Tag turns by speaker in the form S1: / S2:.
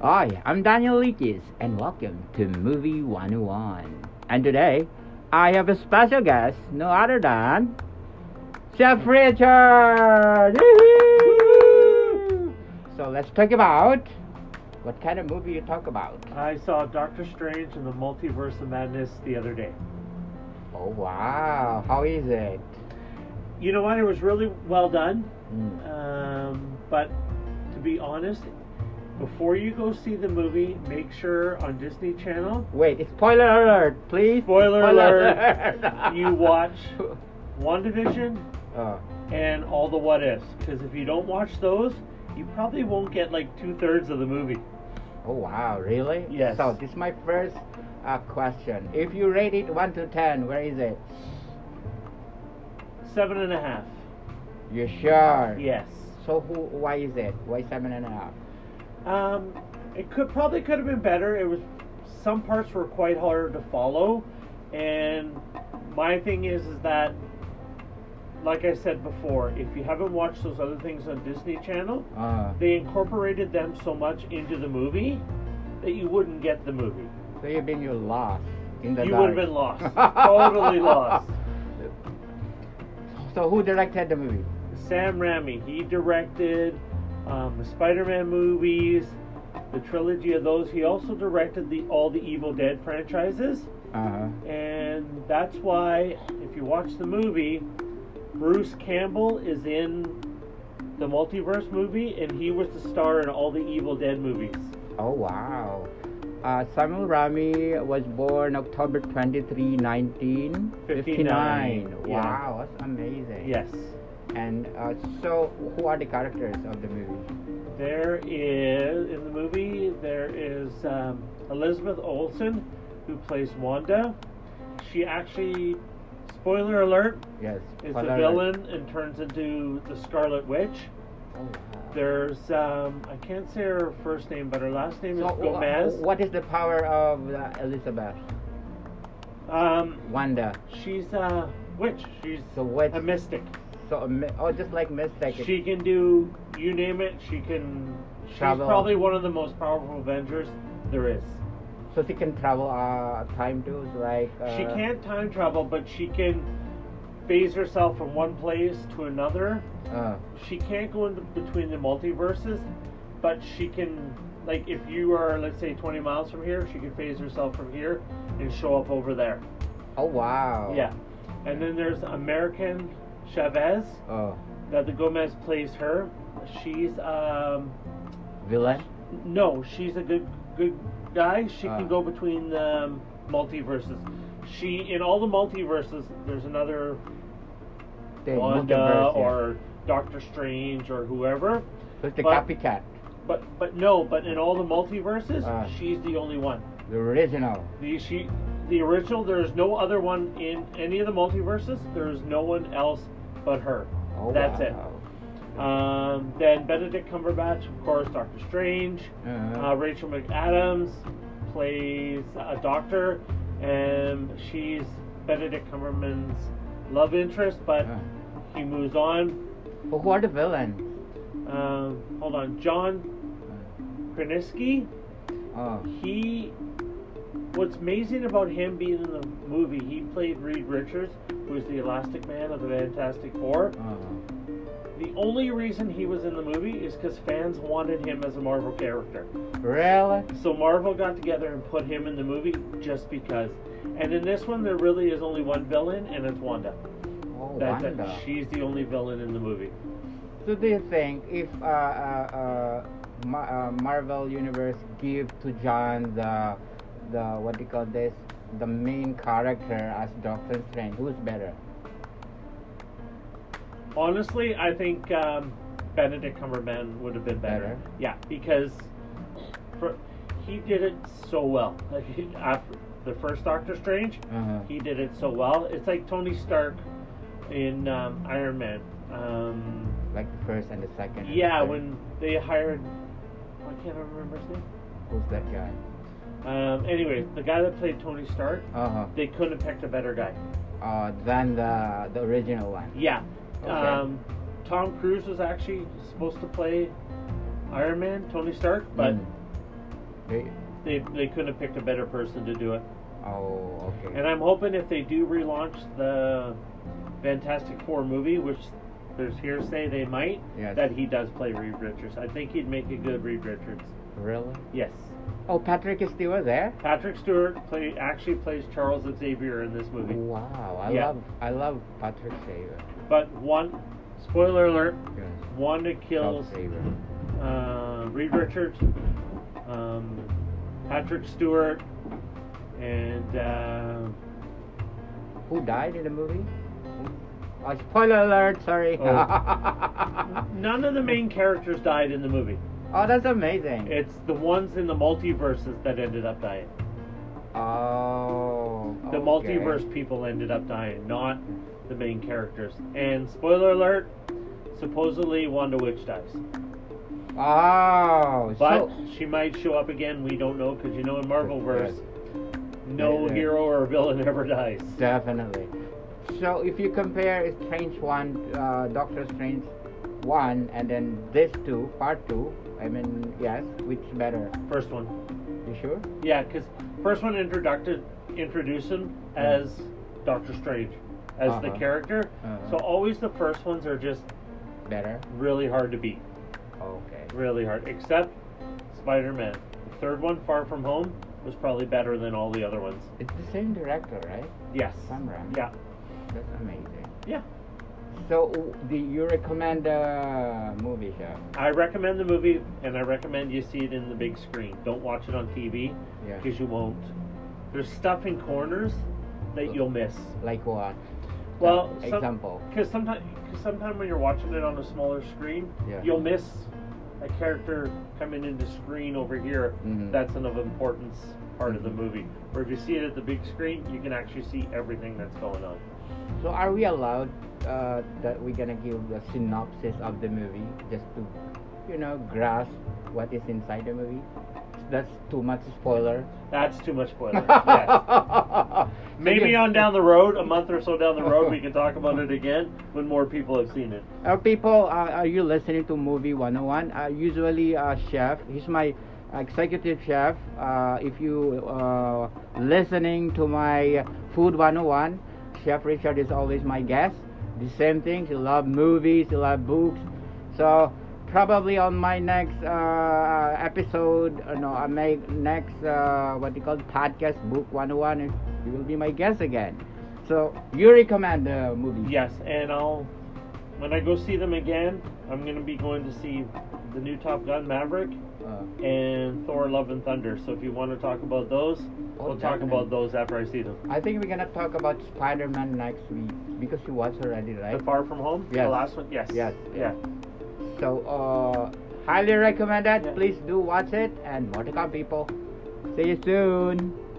S1: Hi, I'm Daniel Leakes, and welcome to Movie 101. And today, I have a special guest, no other than Chef Richard! Yoo-hoo! So let's talk about what kind of movie you talk about.
S2: I saw Doctor Strange in the Multiverse of Madness the other day.
S1: Oh wow, how is it?
S2: You know what? It was really well done.
S1: Mm.
S2: Um, but to be honest, before you go see the movie, make sure on Disney Channel
S1: Wait, spoiler alert, please.
S2: Spoiler alert.
S1: alert.
S2: you watch WandaVision
S1: Oh,
S2: and all the what ifs. Because if you don't watch those, you probably won't get like two thirds of the movie.
S1: oh wow, really?
S2: Yes.
S1: So this is my first uh, question. If you rate it one to ten, where is it?
S2: Seven and a half.
S1: You sure?
S2: Yes.
S1: So who? Why is it? Why seven and a half?
S2: Um, it could probably could have been better. It was some parts were quite hard to follow, and my thing is is that, like I said before, if you haven't watched those other things on Disney Channel,
S1: Uh,
S2: they incorporated them so much into the movie that you wouldn't get the movie.
S1: so you've been you lost in the
S2: you
S1: dark.
S2: would have been lost, totally lost.
S1: So who directed the movie?
S2: Sam Raimi, he directed um, the Spider-Man movies, the trilogy of those. He also directed the all the Evil Dead franchises.
S1: Uh-huh.
S2: and that's why if you watch the movie bruce campbell is in the multiverse movie and he was the star in all the evil dead movies
S1: Oh wow. Uh, Samuel Rami was born October 23, 1959.
S2: 59, yeah.
S1: Wow, that's amazing.
S2: yes
S1: And uh, so, who are the characters of the movie?
S2: there is in the movie there is um, elizabeth olsen who plays wanda she actually spoiler alert
S1: Yes.
S2: is the
S1: Spoiler alert.
S2: villain and turns into the scarlet witch
S1: Oh, wow.
S2: there's um, i can't say her first name but her last name is
S1: So, wha-
S2: gomez
S1: what is the power of uh, Elizabeth?
S2: um,
S1: Wanda.
S2: She's a witch. She's
S1: So what?
S2: a mystic.
S1: so a mi- oh, just like Mystic.
S2: She can do you name it. She can. She's
S1: Travel.
S2: probably one of the most powerful Avengers there is.
S1: so she can travel uh, time too, so like. Uh,
S2: she can't time travel, but she can phase herself from one place to another.
S1: Uh,
S2: She can't go in between the multiverses, but she can. Like if you are, let's say, 20 miles from here, she can phase herself from here and show up over there.
S1: oh wow.
S2: Yeah. And then there's American Chavez.
S1: Oh,
S2: that the Gomez plays her. She's um
S1: villain.
S2: no, she's a good good guy. She
S1: Ah.
S2: can go between the um, multiverses. She in all the multiverses, there's another
S1: The
S2: Wanda
S1: multiverse, yeah.
S2: or Doctor Strange or whoever.
S1: So it's the
S2: but-
S1: copycat,
S2: But but no, but in all the multiverses,
S1: Ah.
S2: she's the only one.
S1: the original.
S2: The she the original. There's no other one in any of the multiverses. There's no one else but her.
S1: Oh,
S2: That's it.
S1: wow.
S2: Um, then Benedict Cumberbatch, of course, Doctor Strange.
S1: Uh-huh.
S2: Uh, Rachel McAdams plays a doctor, and she's Benedict Cumberman's love interest, but
S1: Uh.
S2: he moves on.
S1: Oh, who are the villains?
S2: Um, hold on, John Krasinski.
S1: Uh, Oh,
S2: He, what's amazing about him being in the movie, he played Reed Richards, who is the Elastic Man of the Fantastic Four.
S1: oh.
S2: The only reason he was in the movie is because fans wanted him as a Marvel character.
S1: really?
S2: So Marvel got together and put him in the movie just because. And in this one, there really is only one villain, and it's Wanda.
S1: Oh,
S2: That's it.
S1: Wanda.
S2: She's the only villain in the movie.
S1: So do you think if uh, uh, uh, Ma- uh, Marvel Universe give to John the the what do you call this the main character as Doctor Strange, who's better?
S2: Honestly, I think um, Benedict Cumberbatch would have been better.
S1: Better?
S2: Yeah, because for, he did it so well. Like, he- after the first Doctor Strange,
S1: Uh-huh.
S2: he did it so well. It's like Tony Stark in um, Iron Man. Um,
S1: Like the first and the second. and the
S2: yeah,
S1: third.
S2: when they hired, I can't remember his name.
S1: who's that guy?
S2: Um, anyway, the guy that played Tony Stark,
S1: Uh
S2: they couldn't have picked a better guy.
S1: huh. Uh, than the the original one.
S2: Yeah.
S1: Okay.
S2: Um, Tom Cruise was actually supposed to play Iron Man, Tony Stark, but
S1: Mm. They-
S2: They they couldn't have picked a better person to do it.
S1: Oh, okay.
S2: And I'm hoping if they do relaunch the Fantastic Four movie, which there's hearsay they might,
S1: Yes.
S2: that he does play Reed Richards. I think he'd make a good Reed Richards.
S1: really?
S2: Yes.
S1: Oh, Patrick is still there.
S2: Patrick Stewart play actually plays Charles Xavier in this
S1: Mm.
S2: movie.
S1: Wow, I
S2: Yeah.
S1: love I love Patrick Saver.
S2: But one spoiler alert,
S1: Yes.
S2: Wanda kills
S1: Charles Xavier.
S2: uh, Reed Richards, um, Patrick Stewart, and uh,
S1: Who died in the movie? Oh, spoiler alert! Sorry.
S2: none of the main characters died in the movie.
S1: oh, that's amazing.
S2: It's the ones in the multiverses that ended up dying.
S1: oh.
S2: The
S1: okay.
S2: multiverse people ended up dying, not the main characters. And spoiler alert, supposedly Wanda Witch dies.
S1: Oh.
S2: But
S1: so,
S2: she might show up again, we don't know, because you know in Marvelverse, no
S1: Yeah.
S2: hero or villain ever dies.
S1: Definitely. So if you compare Strange One, uh, Doctor Strange One, and then this two, Part Two. I mean, yes, which better?
S2: First one.
S1: You sure?
S2: Yeah, because first one introduced, introduced him as Doctor Strange, as the
S1: Hmm. Uh-huh.
S2: character.
S1: Uh-huh.
S2: So always the first ones are just
S1: Better.
S2: really hard to beat.
S1: Okay.
S2: really hard. Except Spider Man. The third one, Far From Home, was probably better than all the other ones.
S1: It's the same director, right?
S2: Yes.
S1: Sam Raimi.
S2: Yeah.
S1: That's amazing.
S2: Yeah.
S1: So, w- do you recommend the movie, chef?
S2: I recommend the movie, and I recommend you see it in the big screen. Don't watch it on TV
S1: Yeah.
S2: because you won't. There's stuff in corners that you'll miss.
S1: Like what?
S2: Well,
S1: Some
S2: some-
S1: example.
S2: Because sometimes, cause sometime when you're watching it on a smaller screen,
S1: Yeah.
S2: you'll miss a character coming into screen over here.
S1: Mhm.
S2: That's an of importance part of the movie. Where if you see it at the big screen, you can actually see everything that's going on.
S1: So, are we allowed uh, that we're gonna give the synopsis of the movie just to, you know, grasp what is inside the movie? That's too much spoiler.
S2: That's too much spoiler. yes. Maybe on down the road, a month or so down the road, we can talk about it again when more people have seen it.
S1: Uh, people, uh, are you listening to Movie 101? Uh, usually, uh, Chef, he's my executive chef. Uh, if you uh, listening to my Food 101, Chef Richard is always my guest. The same thing, he love movies, he love books. So probably on my next uh, episode, uh, no, uh, my next uh, what you call podcast, Book 101, is- you will be my guest again. So you recommend the movie?
S2: Yes, and I'll when I go see them again, I'm gonna be going to see the new Top Gun Maverick
S1: Uh,
S2: and Thor: Love and Thunder. So if you want to talk about those, we'll talk
S1: Oh, definitely.
S2: about those after I see them.
S1: I think we're gonna talk about Spider Man next week because you watched already,
S2: The
S1: right?
S2: Far From Home,
S1: Yes.
S2: the last one, yes,
S1: Yes,
S2: yeah.
S1: So, uh, highly recommended.
S2: Yeah.
S1: Please do watch it and more to come, people. See you soon.